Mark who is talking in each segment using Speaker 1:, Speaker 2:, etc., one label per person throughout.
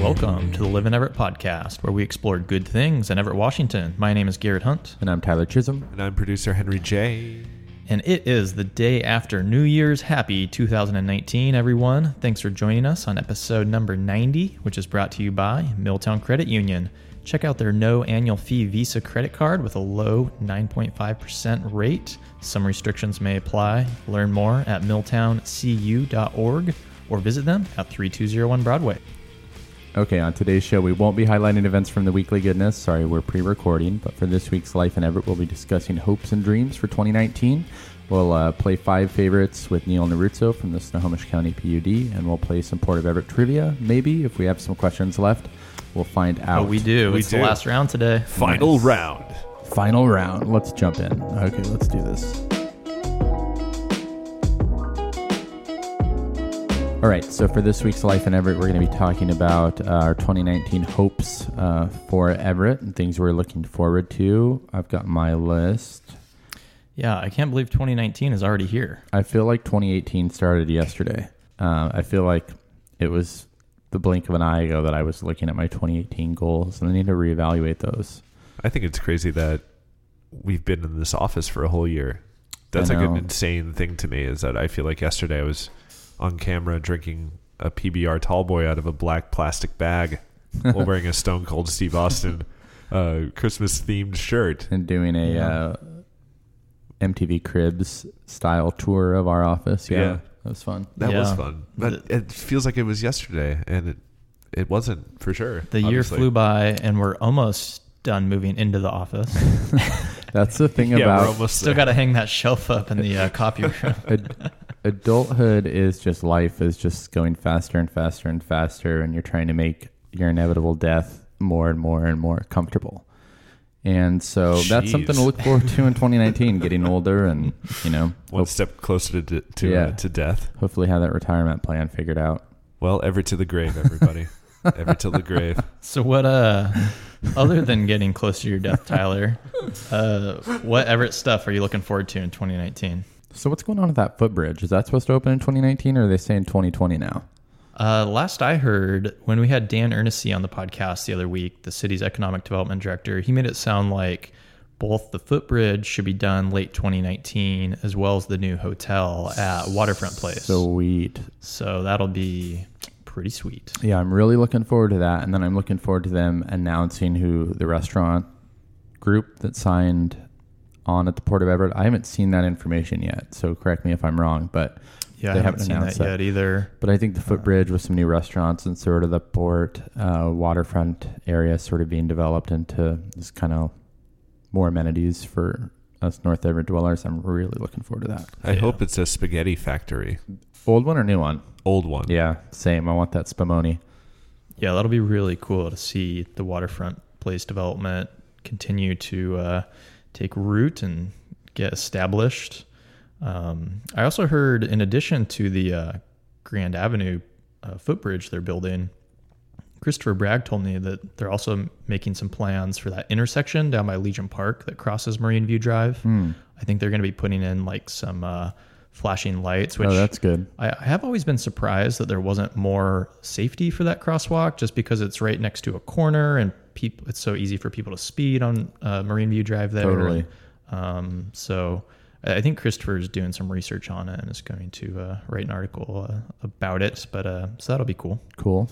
Speaker 1: Welcome to the Live in Everett podcast, where we explore good things in Everett, Washington. My name is Garrett Hunt,
Speaker 2: And I'm Tyler Chisholm.
Speaker 3: And I'm producer Henry J.
Speaker 1: and it is the day after New Year's. Happy 2019, everyone. Thanks for joining us on episode number 90, which is brought to you by Milltown Credit Union. Check out their no annual fee Visa credit card with a low 9.5% rate. Some restrictions may apply. Learn more at milltowncu.org or visit them at 3201 Broadway.
Speaker 2: Okay, on today's show, we won't be highlighting events from the weekly goodness. Sorry, we're pre recording. But for this week's Life in Everett, we'll be discussing hopes and dreams for 2019. We'll uh, play five favorites with Neil Naruzzo from the Snohomish County PUD, and we'll play some Port of Everett trivia, maybe, if we have some questions left. We'll find out.
Speaker 1: Oh, we do.
Speaker 3: We
Speaker 1: it's the
Speaker 3: do.
Speaker 1: last round today.
Speaker 3: Final round.
Speaker 2: Final round. Let's jump in. Okay, let's do this. All right, so for this week's Life in Everett, we're going to be talking about uh, our 2019 hopes uh, for Everett and things we're looking forward to. I've got my list.
Speaker 1: Yeah, I can't believe 2019 is already here.
Speaker 2: I feel like 2018 started yesterday. Uh, I feel like it was the blink of an eye ago that I was looking at my 2018 goals, and I need to reevaluate those.
Speaker 3: I think it's crazy that we've been in this office for a whole year. That's
Speaker 2: I
Speaker 3: like an
Speaker 2: know.
Speaker 3: insane thing to me is that I feel like yesterday I was on camera drinking a PBR tall boy out of a black plastic bag while wearing a Stone Cold Steve Austin uh, Christmas themed shirt.
Speaker 2: and doing a uh, MTV Cribs style tour of our office. Yeah,
Speaker 3: Yeah.
Speaker 2: that was fun.
Speaker 3: That was
Speaker 1: Yeah.
Speaker 3: fun. But it feels like it was yesterday and it it wasn't for sure.
Speaker 1: The year
Speaker 3: obviously.
Speaker 1: flew by, and we're almost done moving into the office.
Speaker 2: That's the thing
Speaker 3: Yeah, we're
Speaker 2: about
Speaker 3: almost
Speaker 1: Still
Speaker 3: there.
Speaker 1: got to hang that shelf up in the uh, copy room.
Speaker 2: ad- adulthood is just life is just going faster and faster and faster, and you're trying to make your inevitable death more and more and more comfortable. And so that's something to
Speaker 3: Jeez.
Speaker 2: look forward to in 2019, getting older and, you know,
Speaker 3: one step closer to de- to,
Speaker 2: Yeah.
Speaker 3: uh, to death.
Speaker 2: hopefully have that retirement plan figured out.
Speaker 3: Well, ever to the grave, everybody. ever to the grave.
Speaker 1: so, what, uh, other than getting close to your death, Tyler, uh, what Everett stuff are you looking forward to in 2019?
Speaker 2: So what's going on with that footbridge? Is that supposed to open in 2019 or are they saying 2020 now?
Speaker 1: Uh, last I heard, when we had Dan Ernesty on the podcast the other week, the city's economic development director, he made it sound like both the footbridge should be done late 2019 as well as the new hotel at Waterfront Place. So,
Speaker 2: Sweet.
Speaker 1: that'll be pretty sweet.
Speaker 2: Yeah, I'm really looking forward to that, and then I'm looking forward to them announcing who the restaurant group that signed on at the Port of Everett. I haven't seen that information yet, so correct me if I'm wrong, but
Speaker 1: Yeah,
Speaker 2: They
Speaker 1: I
Speaker 2: haven't
Speaker 1: haven't seen that
Speaker 2: announced
Speaker 1: yet
Speaker 2: that.
Speaker 1: either.
Speaker 2: but I think the footbridge with some new restaurants and sort of the port uh, waterfront area sort of being developed into this kind of more amenities for us North Everett dwellers. I'm really looking forward to that.
Speaker 3: I
Speaker 1: Yeah.
Speaker 3: hope it's a spaghetti factory.
Speaker 2: Old one or new one?
Speaker 3: Old one.
Speaker 2: Yeah, same. I want that Spumoni.
Speaker 1: Yeah, that'll be really cool to see the waterfront place development continue to uh, take root and get established. Um, I also heard, in addition to the uh, Grand Avenue uh, footbridge they're building, Christopher Bragg told me that they're also making some plans for that intersection down by Legion Park that crosses Marine View Drive.
Speaker 2: Hmm.
Speaker 1: I think they're going to be putting in like some uh, flashing lights, which
Speaker 2: oh, that's good.
Speaker 1: I I have always been surprised that there wasn't more safety for that crosswalk, just because it's right next to a corner and people. It's so easy for people to speed on uh, Marine View Drive there.
Speaker 2: Totally.
Speaker 1: Um, so I I think Christopher is doing some research on it and is going to uh, write an article uh, about it. But uh, so that'll be cool.
Speaker 2: Cool.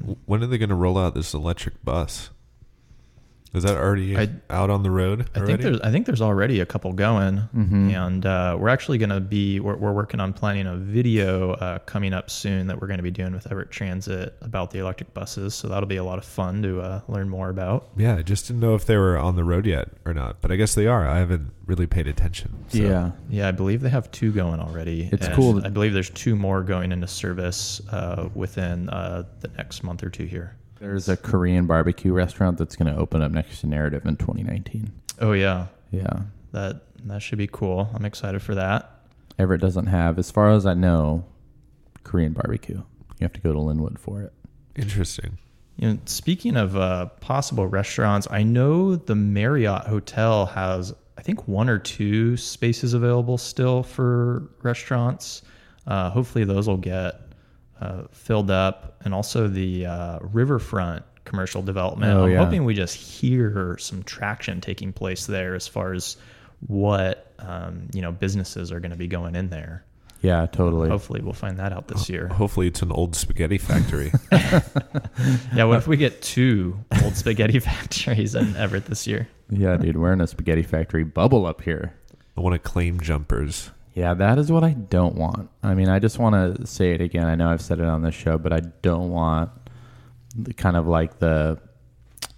Speaker 3: W- When are they going to roll out this electric bus? Is that already
Speaker 1: I-
Speaker 3: out on the road?
Speaker 1: I
Speaker 3: already?
Speaker 1: think there's I think there's already a couple going,
Speaker 2: Mm-hmm.
Speaker 1: and uh, we're actually going to be we're, we're working on planning a video uh, coming up soon that we're going to be doing with Everett Transit about the electric buses. So that'll be a lot of fun to uh, learn more about.
Speaker 3: Yeah, I just didn't know if they were on the road yet or not, but I guess they are. I haven't really paid attention. so-
Speaker 2: Yeah.
Speaker 1: Yeah, I believe they have two going already.
Speaker 2: It's
Speaker 1: and
Speaker 2: cool that-
Speaker 1: I believe there's two more going into service uh, within uh, the next month or two here.
Speaker 2: There's a Korean barbecue restaurant that's going to open up next to Narrative in 2019.
Speaker 1: Oh yeah,
Speaker 2: Yeah.
Speaker 1: that that should be cool. I'm excited for that.
Speaker 2: Everett doesn't have, as far as I know, Korean barbecue. You have to go to Linwood for it.
Speaker 3: Interesting.
Speaker 1: You know, speaking of uh, possible restaurants, I know the Marriott Hotel has, I think, one or two spaces available still for restaurants. Uh, hopefully, those will get uh, filled up, and also the uh, riverfront commercial development.
Speaker 2: Oh,
Speaker 1: I'm
Speaker 2: yeah.
Speaker 1: hoping we just hear some traction taking place there as far as what um, you know businesses are going to be going in there.
Speaker 2: Yeah, totally.
Speaker 1: Hopefully, we'll find that out this year.
Speaker 2: Oh.
Speaker 3: Hopefully, it's an old spaghetti factory.
Speaker 1: Yeah, what if we get two old spaghetti factories in Everett this year?
Speaker 2: Yeah, dude, we're in a spaghetti factory bubble up here.
Speaker 3: I want to claim jumpers.
Speaker 2: Yeah, that is what I don't want. I mean, I just want to say it again. I know I've said it on this show, but I don't want the kind of like the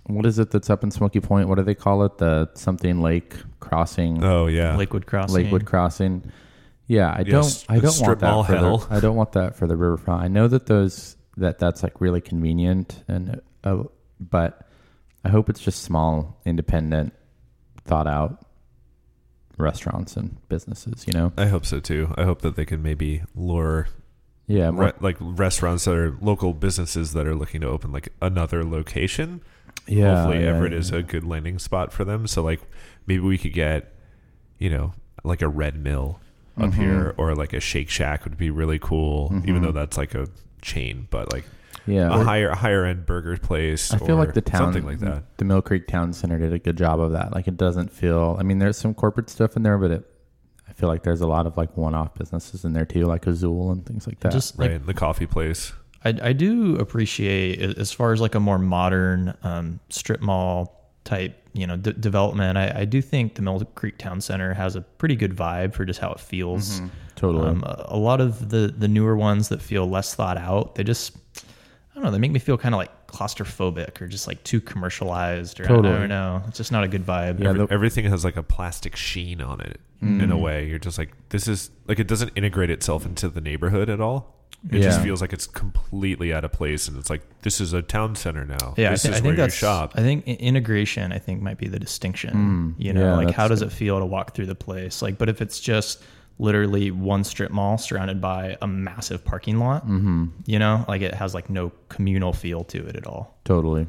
Speaker 2: what is it that's up in Smoky Point? What do they call it? The something Lake Crossing,
Speaker 3: Oh yeah,
Speaker 1: Lakewood Crossing.
Speaker 2: Lakewood Crossing. Yeah, I
Speaker 3: Yes,
Speaker 2: don't. I don't want
Speaker 3: strip
Speaker 2: that
Speaker 3: mall
Speaker 2: for
Speaker 3: hell.
Speaker 2: the. I don't want that for the riverfront. I know that those that that's like really convenient and, uh, but I hope it's just small, independent, thought out restaurants and businesses. You know.
Speaker 3: I hope so too. I hope that they can maybe lure
Speaker 2: Yeah, more
Speaker 3: re- like restaurants that are local businesses that are looking to open like another location.
Speaker 2: Yeah,
Speaker 3: Hopefully,
Speaker 2: yeah,
Speaker 3: Everett
Speaker 2: yeah.
Speaker 3: is a good landing spot for them. So like maybe we could get, you know, like a Red Mill up
Speaker 2: Mm-hmm.
Speaker 3: here or like a Shake Shack would be really cool. Even though that's like a chain, but like
Speaker 2: yeah.
Speaker 3: a higher a higher end burger place.
Speaker 2: I feel
Speaker 3: or
Speaker 2: like the town,
Speaker 3: something like that.
Speaker 2: the Mill Creek Town Center did a good job of that. Like it doesn't feel. I mean, there's some corporate stuff in there, but it. I feel like there's a lot of like one-off businesses in there too, like Azul and things like that.
Speaker 1: Just like
Speaker 3: Right, the coffee place.
Speaker 1: I, I do appreciate a- as far as like a more modern um, strip mall type you know d- development I, I do think the mill creek town center has a pretty good vibe for just how it feels
Speaker 2: Mm-hmm. totally.
Speaker 1: um, a, a lot of the the newer ones that feel less thought out they just i don't know they make me feel kind of like claustrophobic or just like too commercialized or I-
Speaker 2: Totally.
Speaker 1: I, don't know it's just not a good vibe
Speaker 2: Yeah, the- Mm.
Speaker 3: everything has like a plastic sheen on it in a way. You're just like, this is like it doesn't integrate itself into the neighborhood at all. It just
Speaker 2: Yeah.
Speaker 3: feels like it's completely out of place, and it's like this is a town center now.
Speaker 1: Yeah,
Speaker 3: this
Speaker 1: I, thi- I
Speaker 3: is where
Speaker 1: think
Speaker 3: you
Speaker 1: that's.
Speaker 3: shop. Hmm.
Speaker 1: I think i- integration. I think might be the distinction. you know,
Speaker 2: yeah,
Speaker 1: like how
Speaker 2: that's
Speaker 1: does it feel to walk through the place? Like, but if it's just literally one strip mall surrounded by a massive parking lot,
Speaker 3: Mm-hmm.
Speaker 1: you know, like it has like no communal feel to it at all.
Speaker 2: totally,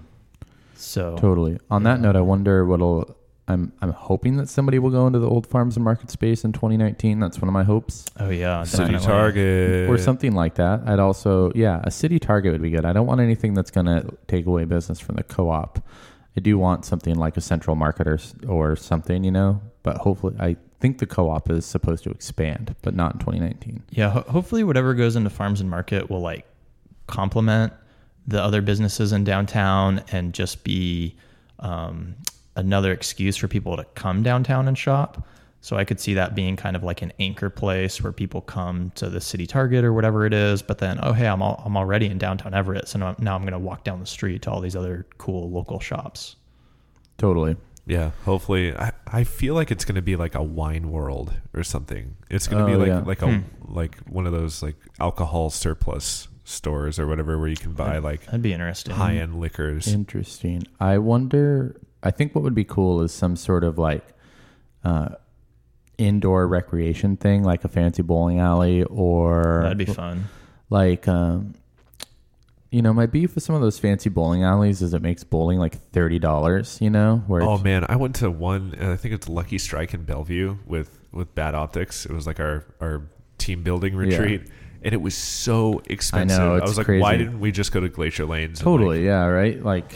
Speaker 1: So
Speaker 2: totally. On that note, I wonder what'll. I'm I'm hoping that somebody will go into the old farms and market space in 2019. That's one of my hopes,
Speaker 1: oh yeah,
Speaker 3: City
Speaker 1: definitely.
Speaker 3: Target
Speaker 2: or something like that. I'd also, yeah, a city target would be good. I don't want anything that's going to take away business from the co-op. I do want something like a central market or s- or something, you know. But hopefully, I think the co-op is supposed to expand, but not in 2019.
Speaker 1: Yeah, ho- hopefully whatever goes into farms and market will like complement the other businesses in downtown and just be um, another excuse for people to come downtown and shop. So I could see that being kind of like an anchor place where people come to the city Target or whatever it is, but then oh hey, I'm all, I'm already in downtown Everett, so now, now I'm going to walk down the street to all these other cool local shops.
Speaker 2: Totally.
Speaker 3: Yeah, hopefully. I, I feel like it's gonna be like a wine world or something. It's gonna be
Speaker 2: Oh,
Speaker 3: like
Speaker 2: yeah.
Speaker 3: like a like one of those like alcohol surplus stores or whatever where you can buy like
Speaker 1: That'd be interesting.
Speaker 3: high end liquors.
Speaker 2: Interesting. I wonder. I think what would be cool is some sort of like uh, indoor recreation thing, like a fancy bowling alley, or
Speaker 1: That'd be fun.
Speaker 2: like um, you know, my beef with some of those fancy bowling alleys is it makes bowling like thirty dollars. You know, where
Speaker 3: Oh
Speaker 2: it's
Speaker 3: man, I went to one. And I think it's Lucky Strike in Bellevue with with Bad Optics. It was like our our team building retreat, and it was so expensive. I,
Speaker 2: know, it's
Speaker 3: was like,
Speaker 2: crazy.
Speaker 3: why didn't we just go to Glacier Lanes? and, like,
Speaker 2: totally, yeah, right, like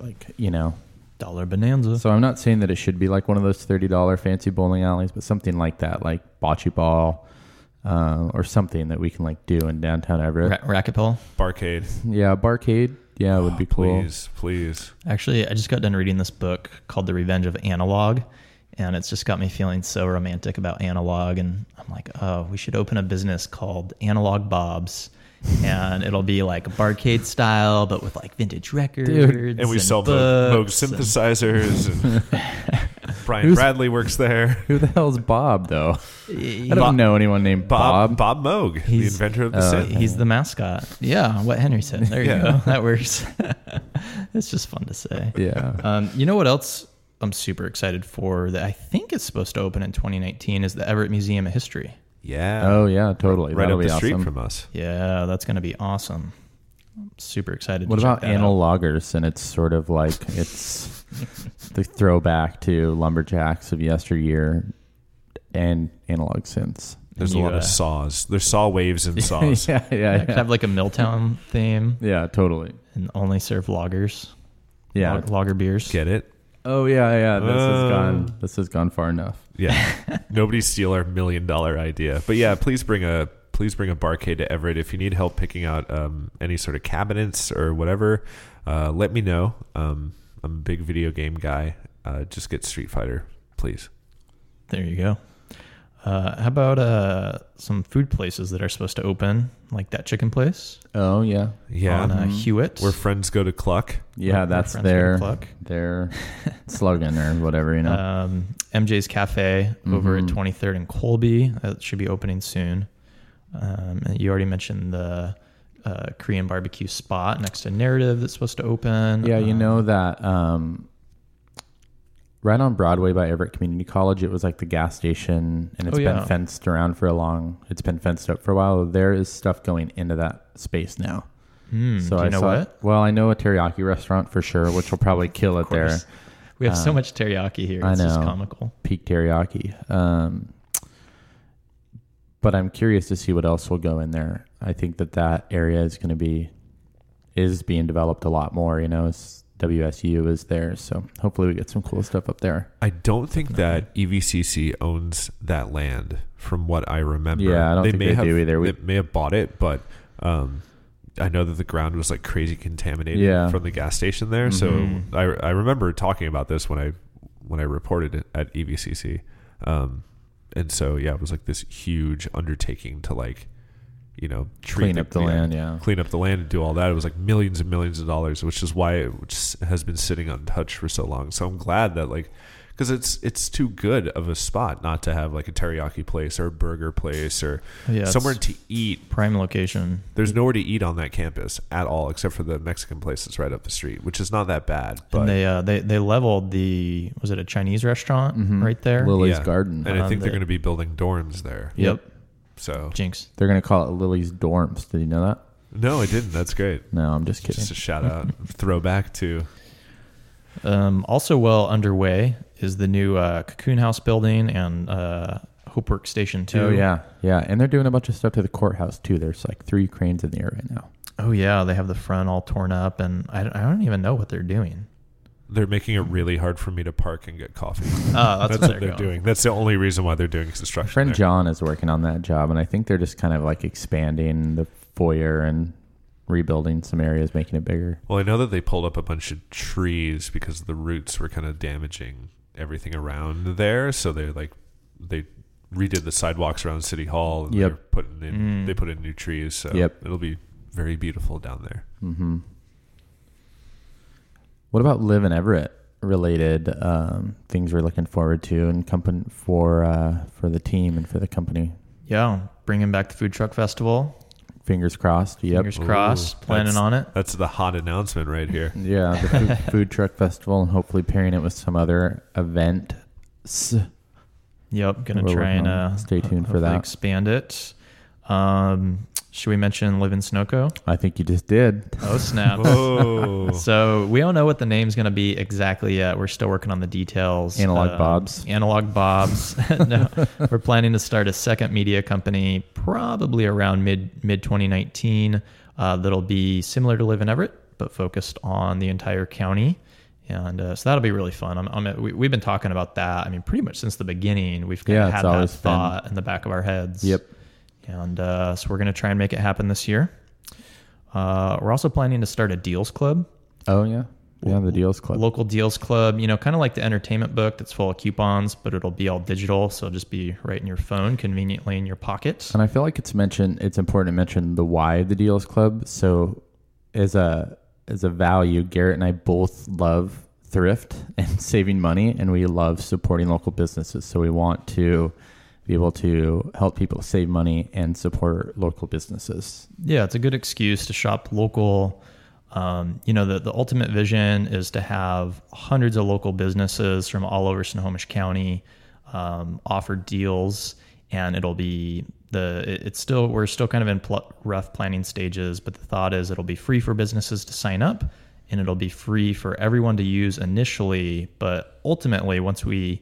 Speaker 2: like you know.
Speaker 1: Dollar bonanza.
Speaker 2: So I'm not saying that it should be like one of those thirty dollar fancy bowling alleys, but something like that, like bocce ball. Uh, or something that we can like do in downtown Everett.
Speaker 1: Ra- racquetball.
Speaker 3: Barcade,
Speaker 2: Yeah, barcade. Yeah, would be cool.
Speaker 3: Oh, please, please.
Speaker 1: Actually, I just got done reading this book called The Revenge of Analog, and it's just got me feeling so romantic about analog. And I'm like, oh, we should open a business called Analog Bob's. and it'll be like a barcade style, but with like vintage records.
Speaker 3: And we sell the Moog
Speaker 1: books and-
Speaker 3: synthesizers. And Brian
Speaker 2: Who's-
Speaker 3: Bradley works there.
Speaker 2: Who the hell's Bob though? I
Speaker 1: Bob-
Speaker 2: don't know anyone named
Speaker 3: Bob
Speaker 2: Bob. uh,
Speaker 3: Bob, Moog, the
Speaker 1: He's-
Speaker 3: inventor of the synth.
Speaker 1: He's the mascot. Yeah, what Henry said. There you
Speaker 3: Yeah.
Speaker 1: go. That works. it's just fun to say.
Speaker 2: Yeah.
Speaker 1: Um, you know what else I'm super excited for that I think is supposed to open in 2019 is the Everett Museum of History.
Speaker 3: Yeah,
Speaker 2: Oh yeah, totally.
Speaker 3: right
Speaker 2: That'll
Speaker 3: up
Speaker 2: be
Speaker 3: the street
Speaker 2: awesome.
Speaker 3: from us.
Speaker 1: Yeah, that's going to be awesome. I'm super excited.
Speaker 2: What
Speaker 1: to check
Speaker 2: about
Speaker 1: that out.
Speaker 2: analogers? And it's sort of like it's the throwback to lumberjacks of yesteryear and analog synths.
Speaker 3: There's a
Speaker 1: you,
Speaker 3: lot
Speaker 1: uh,
Speaker 3: of saws. There's saw waves and saws.
Speaker 2: yeah,
Speaker 1: I
Speaker 2: yeah,
Speaker 1: could
Speaker 2: yeah.
Speaker 1: have like a Milltown theme
Speaker 2: Yeah, totally.
Speaker 1: and only serve lagers,
Speaker 2: Yeah.
Speaker 1: lag- lager beers.
Speaker 3: Get it?
Speaker 2: Oh yeah, yeah. This
Speaker 3: Uh.
Speaker 2: has gone. This has gone far enough.
Speaker 3: Yeah. Nobody steal our million dollar idea. But yeah, please bring a please bring a barcade to Everett if you need help picking out um, any sort of cabinets or whatever. Uh, let me know. Um, I'm a big video game guy. Uh, just get Street Fighter, please.
Speaker 1: There you go. Uh, how about uh, some food places that are supposed to open, like that chicken place
Speaker 2: Oh yeah,
Speaker 3: Yeah,
Speaker 1: on uh, Hewitt?
Speaker 3: where friends go to cluck.
Speaker 2: Mm-hmm. yeah.
Speaker 1: Our- our
Speaker 2: that's
Speaker 1: friends go to
Speaker 2: their
Speaker 1: Cluck.
Speaker 2: their slogan or whatever. You know.
Speaker 1: um, MJ's Cafe over at
Speaker 2: Mhm.
Speaker 1: 23rd and Colby. That should be opening soon. Um, and you already mentioned the uh, Korean barbecue spot next to Narrative that's supposed to open.
Speaker 2: yeah, you
Speaker 1: Um,
Speaker 2: know that. Um, right on Broadway by Everett Community College, it was like the gas station, and it's
Speaker 1: Oh,
Speaker 2: been
Speaker 1: yeah.
Speaker 2: fenced around for a long. It's been fenced up for a while. There is stuff going into that space now.
Speaker 1: hmm,
Speaker 2: So
Speaker 1: do you
Speaker 2: I
Speaker 1: know
Speaker 2: saw-
Speaker 1: what?
Speaker 2: Well, I know a teriyaki restaurant for sure, which will probably kill it there.
Speaker 1: course. We have so
Speaker 2: Um,
Speaker 1: much teriyaki here.
Speaker 2: I
Speaker 1: It's just
Speaker 2: know.
Speaker 1: comical.
Speaker 2: peak teriyaki. Um, but I'm curious to see what else will go in there. I think that that area is going to be is being developed a lot more. You know, it's, WSU is there, so hopefully we get some cool stuff up there.
Speaker 3: I don't think that E EVCC owns that land, from what I remember.
Speaker 2: Yeah, I don't think they
Speaker 3: have,
Speaker 2: do either. We-
Speaker 3: they may have bought it, but um, I know that the ground was like crazy contaminated
Speaker 2: Yeah. Mm-hmm.
Speaker 3: from the gas station there.
Speaker 1: Mhm.
Speaker 3: So I, I remember talking about this when I when I reported it at E EVCC, um, and so yeah, it was like this huge undertaking to like you know treat
Speaker 2: Clean up the land, yeah.
Speaker 3: clean up the land and do all that. It was like millions and millions of dollars, which is why it just has been sitting untouched for so long. So I'm glad that like because it's it's too good of a spot not to have like a teriyaki place or a burger place or
Speaker 1: Yeah, it's
Speaker 3: somewhere to eat.
Speaker 1: prime location.
Speaker 3: There's nowhere to eat on that campus at all, except for the Mexican place that's right up the street, which is not that bad. But
Speaker 1: and they uh, they they leveled the was it a Chinese restaurant
Speaker 2: Mm-hmm.
Speaker 1: right there?
Speaker 2: Lily's Garden.
Speaker 3: and I
Speaker 1: Um,
Speaker 3: think they're
Speaker 1: the-
Speaker 3: going to be building dorms there.
Speaker 1: Yep.
Speaker 3: So
Speaker 1: Jinx.
Speaker 2: They're going to call it Lily's Dorms. Did you know that?
Speaker 3: no, I didn't. That's great.
Speaker 2: No, I'm just kidding.
Speaker 3: Just a shout out, throwback to
Speaker 1: Um, also well underway is the new uh, Cocoon House building and uh, Hopework Station too.
Speaker 2: Oh yeah, yeah, and they're doing a bunch of stuff to the courthouse too. There's like three cranes in the air right now.
Speaker 1: Oh yeah, they have the front all torn up, and I don't, I don't even know what they're doing.
Speaker 3: they're making it really hard for me to park and get coffee.
Speaker 1: Oh, that's,
Speaker 3: That's,
Speaker 1: what
Speaker 3: what they're
Speaker 1: going.
Speaker 3: doing. That's the only reason why they're doing
Speaker 2: My
Speaker 3: construction.
Speaker 2: friend
Speaker 3: there.
Speaker 2: John is working on that job, and I think they're just kind of like expanding the foyer and rebuilding some areas, making it bigger.
Speaker 3: Well, I know that they pulled up a bunch of trees because the roots were kind of damaging everything around there. So they're like, they redid the sidewalks around City Hall. And
Speaker 2: Yep.
Speaker 3: They're putting in,
Speaker 1: Mm.
Speaker 3: they put in new trees. So
Speaker 2: Yep.
Speaker 3: it'll be very beautiful down there.
Speaker 2: hmm What about live in Everett related um, things we're looking forward to and company for uh, for the team and for the company?
Speaker 1: Yeah, bringing back the food truck festival.
Speaker 2: Fingers crossed. Yep.
Speaker 1: Fingers crossed.
Speaker 3: Ooh,
Speaker 1: planning
Speaker 3: that's-
Speaker 1: on it.
Speaker 3: That's the hot announcement right here.
Speaker 2: Yeah, the food, food truck festival, and hopefully pairing it with some other event.
Speaker 1: Yep, gonna
Speaker 2: We're
Speaker 1: try
Speaker 2: working
Speaker 1: and
Speaker 2: on it.
Speaker 1: uh,
Speaker 2: Stay
Speaker 1: ho-
Speaker 2: tuned for
Speaker 1: hopefully
Speaker 2: that.
Speaker 1: Expand it. Um, should we mention Live in Snoko?
Speaker 2: I think you just did.
Speaker 1: Oh snap!
Speaker 3: Oh,
Speaker 1: So we don't know what the name's going to be exactly yet. We're still working on the details. Um,
Speaker 2: Analog Bobs.
Speaker 1: Analog Bobs. no, we're planning to start a second media company, probably around mid mid 2019. Uh, that'll be similar to Live in Everett, but focused on the entire county. And uh, so that'll be really fun. I'm, I'm, we, we've been talking about that. I mean, pretty much since the beginning, we've kind
Speaker 2: Yeah,
Speaker 1: of
Speaker 2: it's
Speaker 1: had that
Speaker 2: always been-
Speaker 1: thought in the back of our heads.
Speaker 2: Yep.
Speaker 1: And uh, so we're going to try and make it happen this year. Uh, we're also planning to start a deals club
Speaker 2: Oh yeah, yeah. The deals club.
Speaker 1: local deals club you know kind of like the entertainment book that's full of coupons but it'll be all digital so it'll just be right in your phone conveniently in your pocket
Speaker 2: And I feel like it's mentioned. It's important to mention the why of the deals club. So, as a as a value, Garrett and I both love thrift and saving money, and we love supporting local businesses. So we want to be able to help people save money and support local businesses.
Speaker 1: yeah it's a good excuse to shop local um, you know the, the ultimate vision is to have hundreds of local businesses from all over snohomish county um, offer deals and it'll be the it- it's still we're still kind of in pl- rough planning stages but the thought is it'll be free for businesses to sign up and it'll be free for everyone to use initially but ultimately once we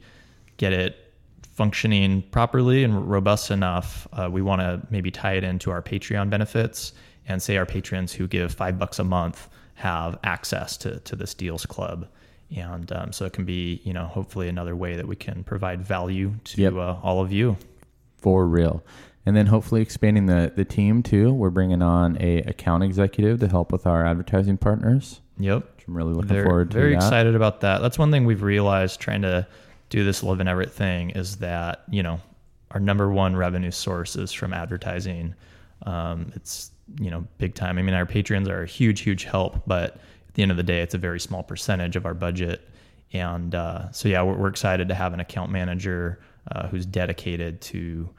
Speaker 1: get it functioning properly and robust enough, uh, we want to maybe tie it into our Patreon benefits and say our patrons who give five bucks a month have access to, to this deals club. And um, so it can be, you know, hopefully another way that we can provide value to
Speaker 2: Yep.
Speaker 1: uh, all of you.
Speaker 2: for real. And then hopefully expanding the, the team too. We're bringing on a account executive to help with our advertising partners,
Speaker 1: Yep.
Speaker 2: which I'm really looking
Speaker 1: They're
Speaker 2: forward to.
Speaker 1: very
Speaker 2: that.
Speaker 1: excited about that. That's one thing we've realized trying to do this live and everett thing is that you know our number one revenue source is from advertising. Um, it's you know big time. I mean, our patrons are a huge, huge help, but at the end of the day, it's a very small percentage of our budget. And uh, so yeah, we're, we're excited to have an account manager uh, who's dedicated to.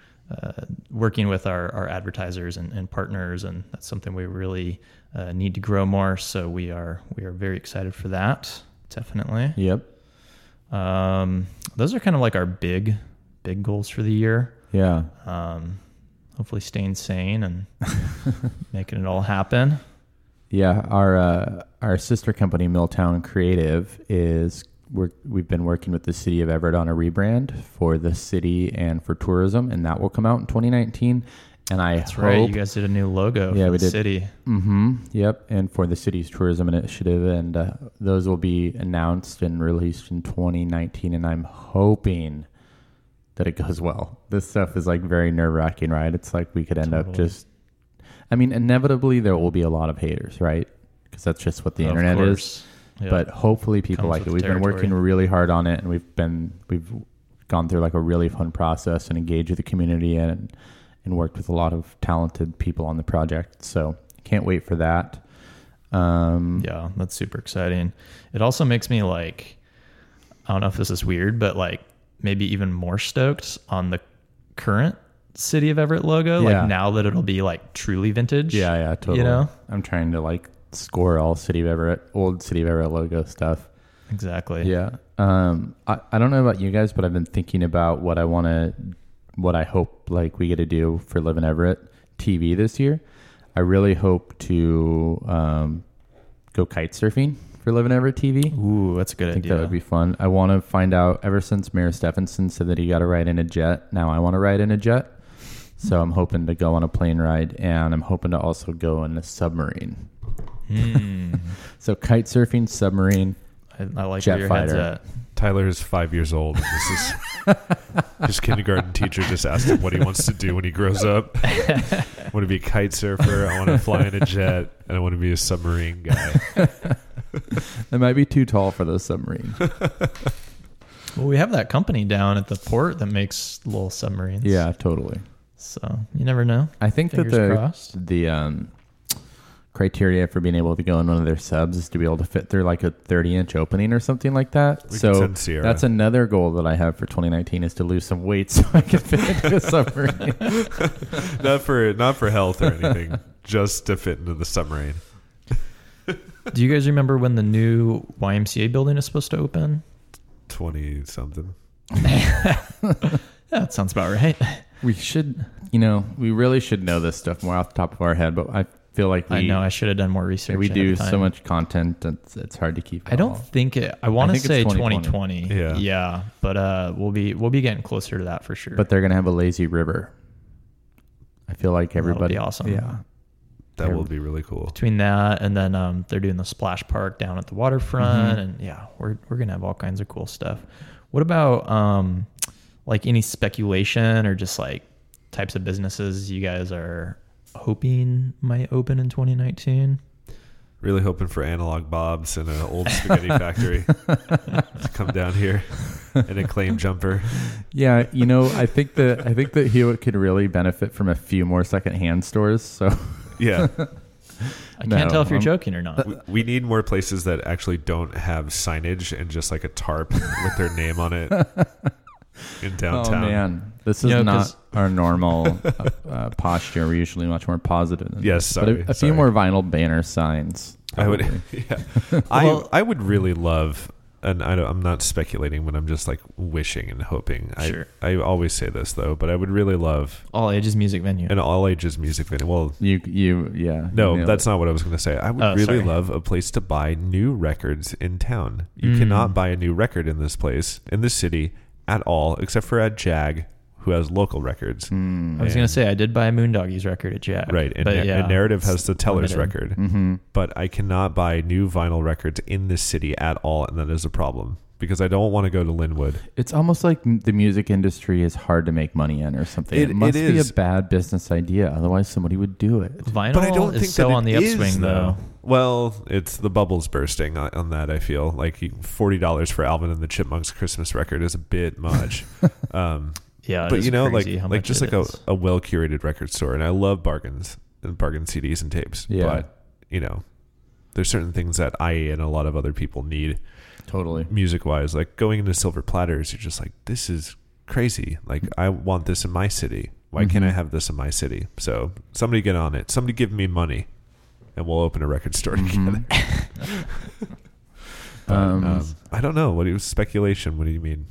Speaker 1: Uh, working with our, our advertisers and, and partners, and that's something we really uh, need to grow more. So we are we are very excited for that. Definitely.
Speaker 2: Yep.
Speaker 1: Um, those are kind of like our big big goals for the year.
Speaker 2: Yeah.
Speaker 1: Um, hopefully, staying sane and making it all happen.
Speaker 2: Yeah, our uh, our sister company Milltown Creative is we're, we've been working with the city of Everett on a rebrand for the city and for tourism, and that will come out in 2019. And I
Speaker 1: That's
Speaker 2: hope,
Speaker 1: right. You guys did a new logo.
Speaker 2: Yeah,
Speaker 1: for
Speaker 2: we
Speaker 1: the
Speaker 2: did.
Speaker 1: City.
Speaker 2: hmm
Speaker 1: Mm-hmm.
Speaker 2: yep, and for the city's tourism initiative, and uh, those will be announced and released in 2019. And I'm hoping that it goes well. This stuff is like very nerve wracking, right? It's like we could end up
Speaker 1: Totally.
Speaker 2: just. I mean, inevitably there will be a lot of haters, right? Because that's just what the
Speaker 1: Of
Speaker 2: internet is
Speaker 1: course. Yeah.
Speaker 2: but hopefully people
Speaker 1: Comes
Speaker 2: like it.
Speaker 1: with
Speaker 2: We've been
Speaker 1: territory.
Speaker 2: working really hard on it, and we've been we've gone through like a really fun process and engaged with the community and and worked with a lot of talented people on the project. So can't wait for that. Um,
Speaker 1: Yeah, that's super exciting. It also makes me like, I don't know if this is weird, but like maybe even more stoked on the current City of Everett logo.
Speaker 2: Yeah.
Speaker 1: Like now that it'll be like truly vintage.
Speaker 2: yeah, yeah, totally.
Speaker 1: You know?
Speaker 2: I'm trying to like score all City of Everett, old City of Everett logo stuff.
Speaker 1: Exactly.
Speaker 2: Yeah. Um, I, I don't know about you guys, but I've been thinking about what I want to, what I hope like we get to do for Live in Everett TV this year. I really hope to um, go kite surfing for Live in Everett TV.
Speaker 1: Ooh, that's a good
Speaker 2: I think
Speaker 1: idea.
Speaker 2: that would be fun. I want to find out. Ever since Mayor Stephenson said that he got to ride in a jet, now I want to ride in a jet. So I'm hoping to go on a plane ride, and I'm hoping to also go in a submarine.
Speaker 1: Hmm.
Speaker 2: So kite surfing, submarine.
Speaker 1: I, I like
Speaker 2: Jet
Speaker 1: where your
Speaker 2: fighter.
Speaker 1: head's at.
Speaker 3: Tyler is five years old. And this is his kindergarten teacher just asked him what he wants to do when he grows up. I want to be a kite surfer. I want to fly in a jet, and I want to be a submarine guy.
Speaker 2: It might be too tall for the submarine.
Speaker 1: Well, we have that company down at the port that makes little submarines.
Speaker 2: yeah, totally.
Speaker 1: So you never know.
Speaker 2: I think
Speaker 1: Fingers
Speaker 2: that the
Speaker 1: crossed.
Speaker 2: the um, criteria for being able to go in one of their subs is to be able to fit through like a 30 inch opening or something like that.
Speaker 3: We can
Speaker 2: so
Speaker 3: send Sierra.
Speaker 2: that's another goal that I have for 2019 is to lose some weight so I can fit into a submarine.
Speaker 3: not for not for health or anything, just to fit into the submarine.
Speaker 1: Do you guys remember when the new YMCA building is supposed to open?
Speaker 3: Twenty something.
Speaker 1: Yeah, that sounds about right.
Speaker 2: we should, you know, we really should know this stuff more off the top of our head, but I feel like we,
Speaker 1: I know I should have done more research.
Speaker 2: we
Speaker 1: ahead
Speaker 2: do
Speaker 1: of time.
Speaker 2: so much content that it's, it's hard to keep. it
Speaker 1: I don't
Speaker 2: all.
Speaker 1: think it. I want to
Speaker 2: Oh. think it's
Speaker 1: say
Speaker 2: 2020.
Speaker 1: 2020.
Speaker 3: Yeah.
Speaker 1: yeah, but uh, we'll be we'll be getting closer to that for sure.
Speaker 2: but they're going to have a lazy river. I feel like
Speaker 1: That'll
Speaker 2: everybody.
Speaker 1: be awesome.
Speaker 2: Yeah.
Speaker 3: That will be really cool.
Speaker 1: between that and then um, they're doing the splash park down at the
Speaker 3: Mm-hmm.
Speaker 1: waterfront, and yeah, we're we're gonna have all kinds of cool stuff. What about um, like any speculation or just like types of businesses you guys are hoping might open in 2019?
Speaker 3: Really hoping for analog bobs and an old spaghetti factory to come down here and a claim jumper.
Speaker 2: Yeah, you know, I think that I think that Hewitt could really benefit from a few more secondhand stores. So
Speaker 3: Yeah,
Speaker 1: I
Speaker 2: No,
Speaker 1: can't tell if you're
Speaker 2: I'm-
Speaker 3: um,
Speaker 1: joking or not.
Speaker 3: we, we need more places that actually don't have signage and just like a tarp with their name on it in downtown.
Speaker 2: Oh man, this is
Speaker 1: You know,
Speaker 2: not
Speaker 1: 'cause-
Speaker 2: our normal uh, uh, posture. We're usually much more positive. Than
Speaker 3: Yes,
Speaker 2: this. but a,
Speaker 3: sorry,
Speaker 2: a
Speaker 3: sorry.
Speaker 2: few more vinyl banner signs.
Speaker 3: I would,
Speaker 2: probably.
Speaker 3: yeah. I
Speaker 1: Well-
Speaker 3: I would really love, and I don't, I'm not speculating, but I'm just like wishing and hoping.
Speaker 1: Sure.
Speaker 3: I I always say this though, but I would really love
Speaker 1: All ages music venue.
Speaker 3: an all ages music video. Well,
Speaker 2: You you yeah. you
Speaker 3: no,
Speaker 2: know.
Speaker 3: that's not what I was going to say. I would
Speaker 1: Oh,
Speaker 3: really
Speaker 1: sorry.
Speaker 3: love a place to buy new records in town. You
Speaker 1: Mm.
Speaker 3: cannot buy a new record in this place in this city at all, except for at Jag, who has local records.
Speaker 1: I was gonna say I did buy a Moondoggies record at Jack.
Speaker 3: Right, and,
Speaker 1: Hmm. but
Speaker 3: na-
Speaker 1: yeah,
Speaker 3: and narrative has the teller's
Speaker 1: limited.
Speaker 3: record,
Speaker 2: Mm-hmm.
Speaker 3: but I cannot buy new vinyl records in this city at all, and that is a problem because I don't want to go to Linwood.
Speaker 2: It's almost like m- the music industry is hard to make money in or something.
Speaker 3: It-
Speaker 2: It,
Speaker 3: it
Speaker 2: must be a
Speaker 3: is.
Speaker 2: bad business idea. Otherwise, somebody would do it.
Speaker 1: Vinyl
Speaker 3: but I don't
Speaker 1: is
Speaker 3: think
Speaker 1: so
Speaker 3: that
Speaker 1: on the
Speaker 3: it is,
Speaker 1: upswing though.
Speaker 3: Well, it's the bubbles bursting uh, on, on that. I feel like you- forty dollars for Alvin and the Chipmunks Christmas record is a bit much. um,
Speaker 1: Yeah, it
Speaker 3: but
Speaker 1: is
Speaker 3: you know, like
Speaker 1: crazy how
Speaker 3: like
Speaker 1: much
Speaker 3: just
Speaker 1: it
Speaker 3: like a,
Speaker 1: is.
Speaker 3: a well curated record store, and I love bargains, and bargain CDs and tapes.
Speaker 2: Yeah.
Speaker 3: But you know, there's certain things that I and a lot of other people need
Speaker 2: Totally.
Speaker 3: music wise. Like going into silver platters, you're just like, this is crazy. Like I want this in my city. Why can't
Speaker 1: Mm-hmm.
Speaker 3: I have this in my city? So somebody get on it. Somebody give me money, and we'll open a record store
Speaker 1: Mm-hmm.
Speaker 3: together. But,
Speaker 2: Um,
Speaker 3: um, I don't know. What do you speculation? What do you mean?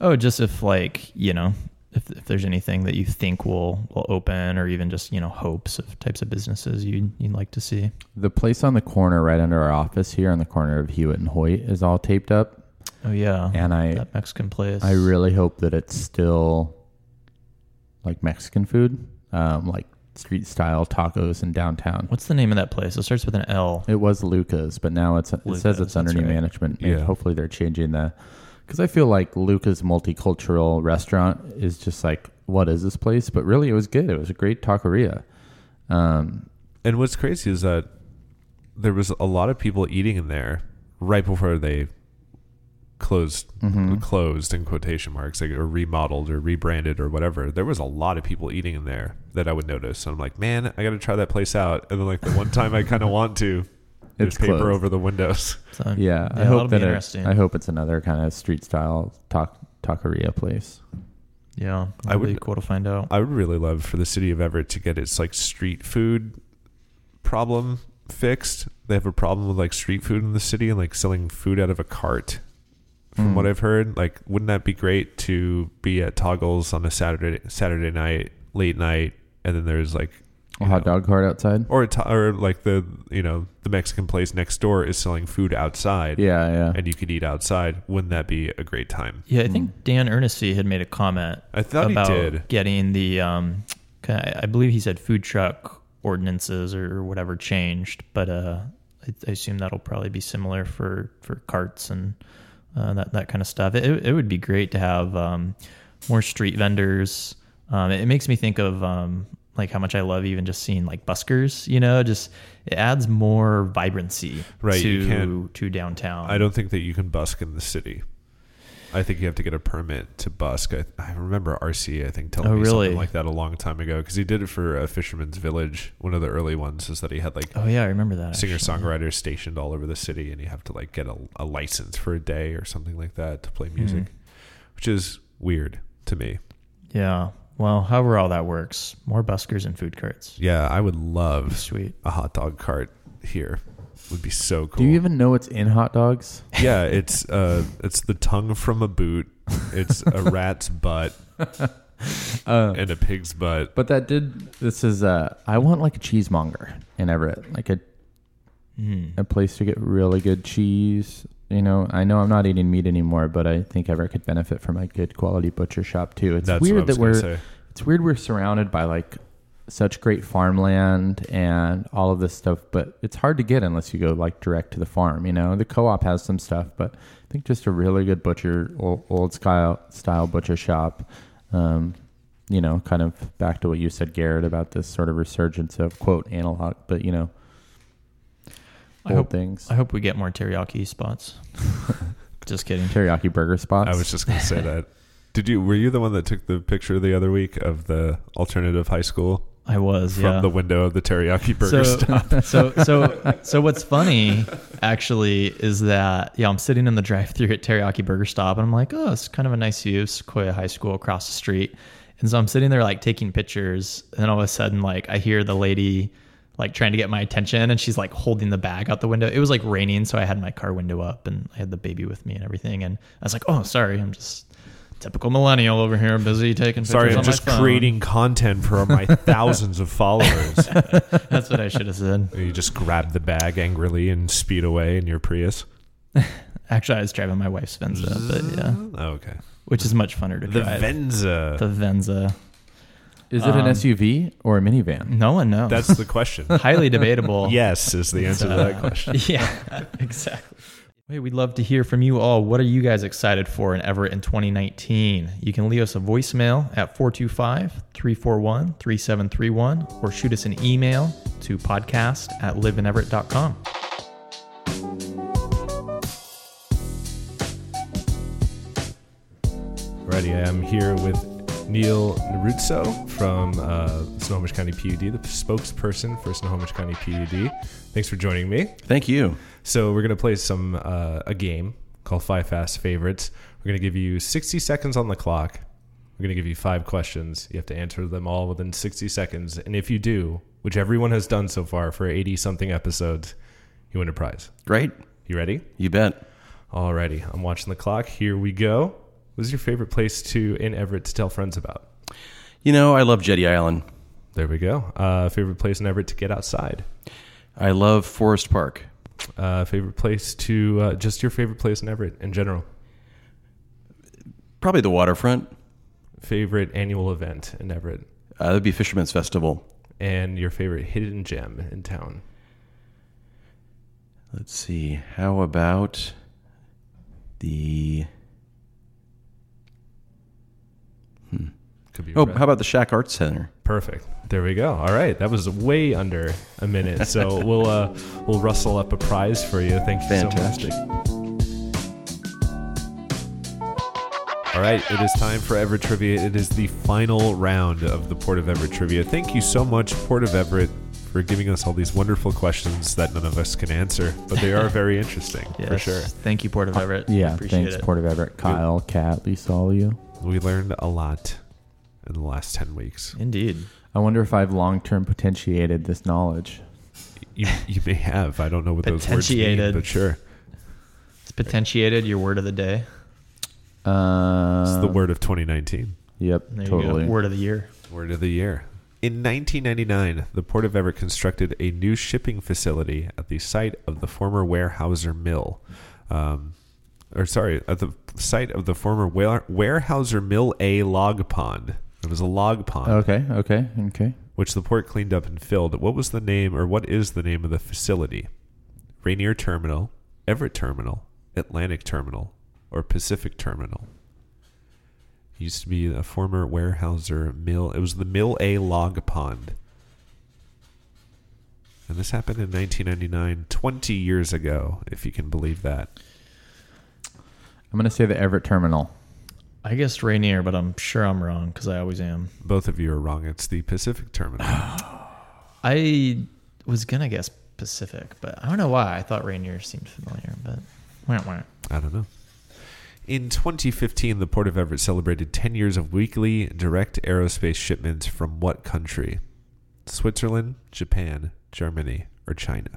Speaker 1: Oh, just if like you know, if, if there's anything that you think will will open, or even just you know hopes of types of businesses you you'd like to see.
Speaker 2: The place on the corner, right under our office here, on the corner of Hewitt and Hoyt, is all taped up,
Speaker 1: Oh yeah,
Speaker 2: and I
Speaker 1: that Mexican place.
Speaker 2: I really hope that it's still like Mexican food, um, like street style tacos in downtown.
Speaker 1: What's the name of that place? It starts with an L.
Speaker 2: It was Luca's, but now it's it
Speaker 1: Luca's,
Speaker 2: says it's
Speaker 1: that's
Speaker 2: under new
Speaker 1: right.
Speaker 2: management.
Speaker 3: Yeah.
Speaker 2: And hopefully they're changing the because I feel like Luca's multicultural restaurant is just like what is this place? But really, it was good. It was a great taqueria. Um,
Speaker 3: And what's crazy is that there was a lot of people eating in there right before they closed
Speaker 2: Mm-hmm.
Speaker 3: closed in quotation marks like, or remodeled or rebranded or whatever there was a lot of people eating in there that i would notice and i'm like man i gotta try that place out and then like the one time i kind of want to there's
Speaker 2: It's
Speaker 3: paper
Speaker 2: closed.
Speaker 3: over the windows
Speaker 1: So,
Speaker 2: yeah, I
Speaker 1: that'll
Speaker 2: hope
Speaker 1: be
Speaker 2: that it,
Speaker 1: interesting.
Speaker 2: I hope it's another kind of street style ta- taqueria place.
Speaker 1: yeah,
Speaker 3: I
Speaker 1: I would be
Speaker 3: would-
Speaker 1: cool to find out.
Speaker 3: i would really love for the city of everett to get its like street food problem fixed they have a problem with like street food in the city and like selling food out of a cart from what I've heard. Like, wouldn't that be great to be at Toggles on a Saturday Saturday night, late night, and then there's like
Speaker 2: A
Speaker 3: you
Speaker 2: hot
Speaker 3: know,
Speaker 2: dog cart outside.
Speaker 3: or a to- or like the you know the Mexican place next door is selling food outside,
Speaker 2: Yeah, yeah.
Speaker 3: and you could eat outside. Wouldn't that be a great time?
Speaker 1: Yeah, I think Dan Ernesty had made a comment
Speaker 3: Hmm. I thought
Speaker 1: about
Speaker 3: he did.
Speaker 1: getting the um, kinda- I believe he said food truck ordinances or whatever changed, but uh, I, I assume that'll probably be similar for for carts and uh, that that kind of stuff. It it would be great to have um, more street vendors. Um, it, it makes me think of um, like how much I love even just seeing like buskers. You know, just it adds more vibrancy
Speaker 3: Right, you
Speaker 1: to
Speaker 3: can't-
Speaker 1: to downtown.
Speaker 3: I don't think that you can busk in the city. I think you have to get a permit to busk. I, I remember RC, I think, telling
Speaker 1: Oh,
Speaker 3: me
Speaker 1: really?
Speaker 3: something like that a long time ago because he did it for a Fisherman's Village. One of the early ones is that he had like
Speaker 1: Oh yeah, I remember that.
Speaker 3: singer
Speaker 1: actually.
Speaker 3: songwriters stationed all over the city, and you have to like get a, a license for a day or something like that to
Speaker 1: Hmm.
Speaker 3: play music, which is weird to me.
Speaker 1: Yeah. Well, however all that works, more buskers and food carts.
Speaker 3: Yeah, I would love
Speaker 1: Sweet.
Speaker 3: a hot dog cart here. Would be so cool.
Speaker 2: Do you even know what's in hot dogs?
Speaker 3: yeah, it's uh, it's the tongue from a boot. It's a rat's butt
Speaker 1: Uh,
Speaker 3: and a pig's butt.
Speaker 2: But that did. This is. Uh, I want like a cheesemonger in Everett, like a
Speaker 3: Hmm.
Speaker 2: a place to get really good cheese. You know, I know I'm not eating meat anymore, but I think Everett could benefit from a good quality butcher shop too. It's
Speaker 3: That's
Speaker 2: weird
Speaker 3: what I was
Speaker 2: that we're.
Speaker 3: gonna say.
Speaker 2: It's weird we're surrounded by like such great farmland and all of this stuff, but it's hard to get unless you go like direct to the farm. You know, the co-op has some stuff, but I think just a really good butcher, old, old style style butcher shop. Um, you know, kind of back to what you said, Garrett, about this sort of resurgence of quote analog, but you know,
Speaker 1: I
Speaker 2: old
Speaker 1: hope
Speaker 2: things.
Speaker 1: I hope we get more teriyaki spots. Just kidding.
Speaker 2: Teriyaki burger spots.
Speaker 3: I was just gonna say that. Did you? Were you the one that took the picture the other week of the alternative high school
Speaker 1: I was
Speaker 3: from
Speaker 1: yeah.
Speaker 3: the window of the teriyaki burger
Speaker 1: so,
Speaker 3: stop?
Speaker 1: so so so what's funny actually is that yeah, I'm sitting in the drive-through at Teriyaki Burger Stop and I'm like, "Oh, it's kind of a nice view of Sequoia High School across the street." And so I'm sitting there like taking pictures and then all of a sudden like I hear the lady like trying to get my attention and she's like holding the bag out the window. It was like raining, so I had my car window up and I had the baby with me and everything and I was like, "Oh, sorry, I'm just typical millennial over here busy taking pictures
Speaker 3: Sorry,
Speaker 1: on
Speaker 3: I'm
Speaker 1: my
Speaker 3: just
Speaker 1: phone."
Speaker 3: creating content for my thousands of followers.
Speaker 1: That's what I should have said.
Speaker 3: you just grab the bag angrily and speed away in your Prius.
Speaker 1: Actually, I was driving my wife's Venza, but yeah,
Speaker 3: Oh, okay.
Speaker 1: which is much funner to
Speaker 3: The
Speaker 1: drive.
Speaker 3: Venza.
Speaker 1: the Venza.
Speaker 2: Is it an
Speaker 1: Um, Mm,
Speaker 2: SUV or a minivan?
Speaker 1: No one knows.
Speaker 3: That's the question.
Speaker 1: highly debatable.
Speaker 3: yes, is the answer to that question.
Speaker 1: yeah, exactly. Hey, we'd love to hear from you all. What are you guys excited for in Everett in 2019? You can leave us a voicemail at 425 341 3731 or shoot us an email to podcast at liveineverett.com.
Speaker 3: Alrighty, I am here with Neil Naruzzo from uh, Snohomish County PUD, the spokesperson for Snohomish County PUD. Thanks for joining me.
Speaker 2: Thank you.
Speaker 3: So we're gonna play some uh, a game called Five Fast Favorites. We're gonna give you 60 seconds on the clock. We're gonna give you five questions. You have to answer them all within 60 seconds, and if you do, which everyone has done so far for 80 something episodes, you win a prize.
Speaker 4: Great.
Speaker 3: You ready?
Speaker 4: You bet.
Speaker 3: Alrighty, I'm watching the clock. Here we go. What's your favorite place to in Everett to tell friends about?
Speaker 4: You know, I love Jetty Island.
Speaker 3: There we go. Uh, favorite place in Everett to get outside.
Speaker 4: I love Forest Park.
Speaker 3: Uh, favorite place to uh, just your favorite place in Everett in general.
Speaker 4: Probably the waterfront.
Speaker 3: Favorite annual event in Everett
Speaker 4: Uh, that'd be Fisherman's Festival.
Speaker 3: and your favorite hidden gem in town.
Speaker 4: Let's see. How about the.
Speaker 3: Could be
Speaker 4: Oh,
Speaker 3: re-
Speaker 4: how about the Shack Arts Center?
Speaker 3: perfect. There we go. All right, that was way under a minute. So we'll uh, we'll rustle up a prize for you. Thank you
Speaker 4: Fantastic.
Speaker 3: so much. All right, it is time for Everett Trivia. It is the final round of the Port of Everett Trivia. Thank you so much, Port of Everett, for giving us all these wonderful questions that none of us can answer, but they are very interesting, for
Speaker 1: Yes.
Speaker 3: sure.
Speaker 1: Thank you, Port of Everett.
Speaker 2: Uh, Yeah,
Speaker 1: Appreciate
Speaker 2: thanks,
Speaker 1: it.
Speaker 2: Port of Everett, Kyle, Kat, Lisa, all you.
Speaker 3: We learned a lot in the last 10 weeks.
Speaker 1: Indeed.
Speaker 2: I wonder if I've long term potentiated this knowledge.
Speaker 3: You, you may have. I don't know what those words mean,
Speaker 1: Potentiated.
Speaker 3: but sure.
Speaker 1: It's potentiated your word of the day.
Speaker 2: Uh,
Speaker 3: It's the word of 2019.
Speaker 2: Yep,
Speaker 1: There you
Speaker 2: totally.
Speaker 1: go. Word of the year.
Speaker 3: Word of the year. In 1999, the Port of Everett constructed a new shipping facility at the site of the former Weyerhaeuser Mill. Um, or, sorry, at the site of the former Weyer- Weyerhaeuser Mill A log pond. It was a log pond,
Speaker 2: Okay, okay, okay.
Speaker 3: which the port cleaned up and filled. What was the name, or what is the name of the facility? Rainier Terminal, Everett Terminal, Atlantic Terminal, or Pacific Terminal? used to be a former warehouser mill. It was the Mill A Log Pond. And this happened in 1999, 20 years ago, if you can believe that.
Speaker 2: I'm gonna say the Everett Terminal.
Speaker 1: I guess Rainier, but I'm sure I'm wrong because I always am.
Speaker 3: Both of you are wrong. It's the Pacific Terminal.
Speaker 1: I was gonna guess Pacific, but I don't know why. I thought Rainier seemed familiar, but wah, wah.
Speaker 3: I don't know. In 2015, the Port of Everett celebrated 10 years of weekly direct aerospace shipments from what country? Switzerland, Japan, Germany, or China?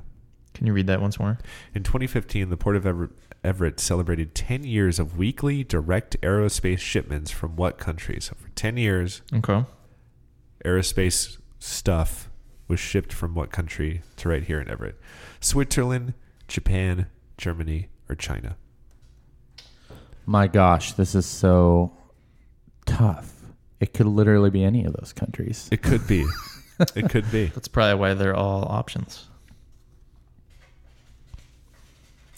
Speaker 1: can you read that once more?
Speaker 3: In 2015, the Port of Ever- Everett celebrated 10 years of weekly direct aerospace shipments from what country? So for 10 years,
Speaker 1: Okay.
Speaker 3: aerospace stuff was shipped from what country to right here in Everett? Switzerland, Japan, Germany, or China?
Speaker 2: My gosh, this is so tough. It could literally be any of those countries.
Speaker 3: It could be. it could be.
Speaker 1: That's probably why they're all options.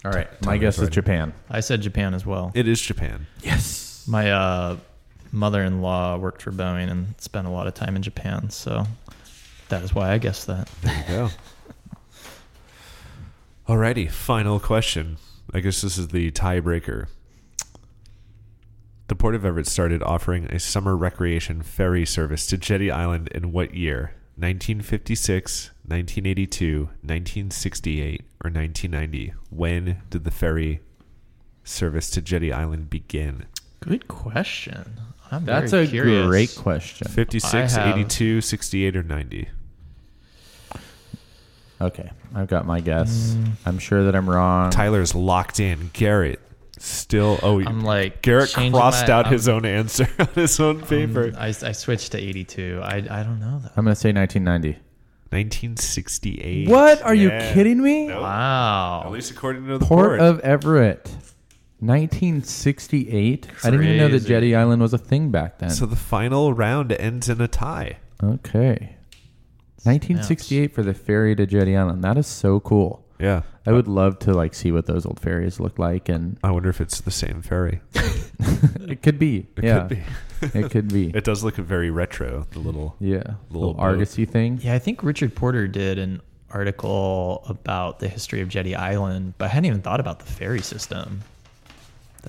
Speaker 2: All right,
Speaker 3: Tell
Speaker 2: my
Speaker 3: me
Speaker 2: guess
Speaker 3: it's
Speaker 2: is
Speaker 3: right.
Speaker 2: Japan.
Speaker 1: I said Japan as well.
Speaker 3: It is Japan.
Speaker 2: Yes.
Speaker 1: My uh, mother-in-law worked for Boeing and spent a lot of time in Japan, so that is why I guessed that.
Speaker 3: There you go. Alrighty, final question. I guess this is the tiebreaker. The Port of Everett started offering a summer recreation ferry service to Jetty Island in what year? 1956, 1982, 1968, or 1990? When did the ferry service to Jetty Island begin?
Speaker 1: Good question. I'm
Speaker 2: That's
Speaker 1: very
Speaker 2: a
Speaker 1: curious.
Speaker 2: great question.
Speaker 3: 56,
Speaker 1: I have-
Speaker 3: 82, 68, or 90?
Speaker 2: Okay, I've got my guess. I'm sure that I'm wrong.
Speaker 3: Tyler's locked in. Garrett still. Oh,
Speaker 1: I'm like
Speaker 3: Garrett
Speaker 1: changing
Speaker 3: crossed
Speaker 1: my- Mm.
Speaker 3: out
Speaker 1: I'm-
Speaker 3: his own answer on his own paper.
Speaker 1: I, I switched to 82. I, I don't know though.
Speaker 2: I'm gonna say 1990.
Speaker 3: 1968.
Speaker 2: What? Are you
Speaker 3: Yeah.
Speaker 2: kidding me?
Speaker 3: Nope. At
Speaker 1: Wow.
Speaker 3: least according to the
Speaker 2: Port
Speaker 3: port.
Speaker 2: of Everett. 1968. I didn't even know that
Speaker 1: Crazy.
Speaker 2: Jetty Island was a thing back then.
Speaker 3: So the final round ends in a tie.
Speaker 2: okay. 1968 for the ferry to Jetty Island. That is so cool.
Speaker 3: Yeah.
Speaker 2: I would love to like see what those old ferries look like, and
Speaker 3: I wonder if it's the same ferry.
Speaker 2: it could be.
Speaker 3: It
Speaker 2: yeah,
Speaker 3: could be.
Speaker 2: it could be.
Speaker 3: It does look very retro. The little
Speaker 2: yeah,
Speaker 3: Little
Speaker 2: little,
Speaker 3: boat.
Speaker 2: Argosy thing.
Speaker 1: Yeah, I think Richard Porter did an article about the history of Jetty Island, but I hadn't even thought about the ferry system.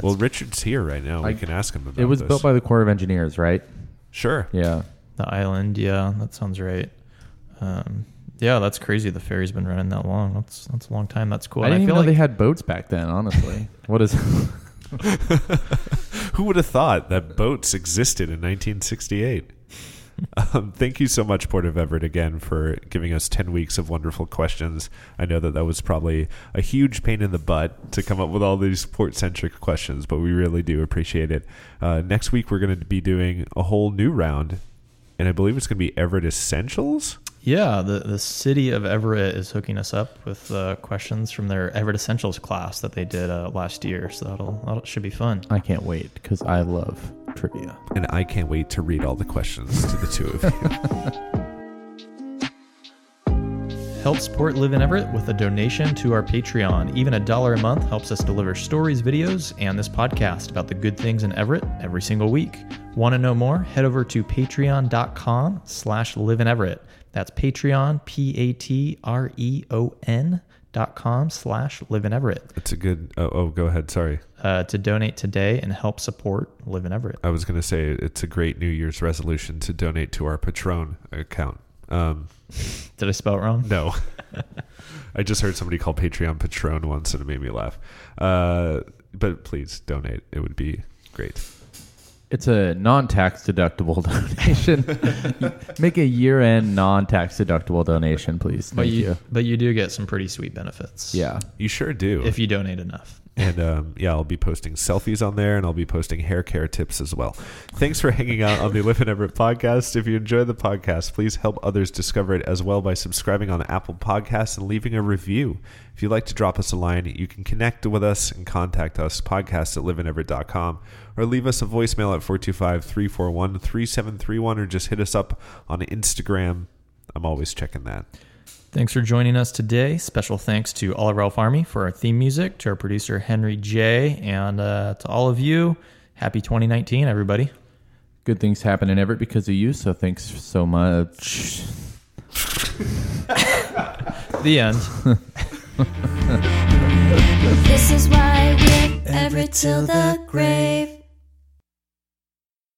Speaker 3: well, Richard's here right now. We
Speaker 2: I-
Speaker 3: can ask him about
Speaker 2: It was
Speaker 3: this.
Speaker 2: built by the Corps of Engineers, right?
Speaker 3: sure.
Speaker 2: Yeah.
Speaker 1: The island, yeah, that sounds right. Um, yeah, that's crazy. The ferry's been running that long. That's that's a long time. That's cool.
Speaker 2: I
Speaker 1: And
Speaker 2: didn't even
Speaker 1: feel
Speaker 2: know
Speaker 1: like
Speaker 2: they had boats back then. Honestly, what is?
Speaker 3: Who would have thought that boats existed in 1968? Um, thank you so much, Port of Everett, again for giving us 10 weeks of wonderful questions. I know that that was probably a huge pain in the butt to come up with all these port centric questions, but we really do appreciate it. Uh, next week, we're going to be doing a whole new round, and I believe it's going to be Everett Essentials.
Speaker 1: Yeah, the, the city of Everett is hooking us up with uh, questions from their Everett Essentials class that they did uh, last year. So that'll, that should be fun.
Speaker 2: I can't wait because I love trivia.
Speaker 3: And I can't wait to read all the questions to the two of you.
Speaker 1: Help support Live in Everett with a donation to our Patreon. Even a dollar a month helps us deliver stories, videos, and this podcast about the good things in Everett every single week. Want to know more? Head over to patreon.com slash live in Everett. That's Patreon, P-A-T-R-E-O-N E dot com slash live in Everett.
Speaker 3: It's a good. Oh, oh go ahead. Sorry.
Speaker 1: uh, to donate today and help support Live in Everett.
Speaker 3: I was going to say it's a great New Year's resolution to donate to our Patron account. Um,
Speaker 1: Did I spell it wrong?
Speaker 3: no. I just heard somebody call Patreon Patron once and it made me laugh. Uh, but please donate. It would be great.
Speaker 2: It's a non-tax deductible donation. Make a year-end non-tax deductible donation, please. Thank
Speaker 1: But you,
Speaker 2: you.
Speaker 1: but you do get some pretty sweet benefits.
Speaker 2: Yeah.
Speaker 3: You sure do.
Speaker 1: If you donate enough.
Speaker 3: and um, yeah, I'll be posting selfies on there and I'll be posting hair care tips as well. Thanks for hanging out on the Live in Everett podcast. If you enjoy the podcast, please help others discover it as well by subscribing on Apple Podcasts and leaving a review. If you'd like to drop us a line, you can connect with us and contact us, podcast at liveineverett.com, or leave us a voicemail at 425 341 3731, or just hit us up on Instagram. I'm always checking that.
Speaker 1: Thanks for joining us today. Special thanks to Oliver Ralph Army for our theme music, to our producer Henry J, and uh, to all of you. Happy 2019, everybody.
Speaker 2: Good things happen in Everett because of you, so thanks so much.
Speaker 1: The end.
Speaker 5: This is why we're ever till the grave.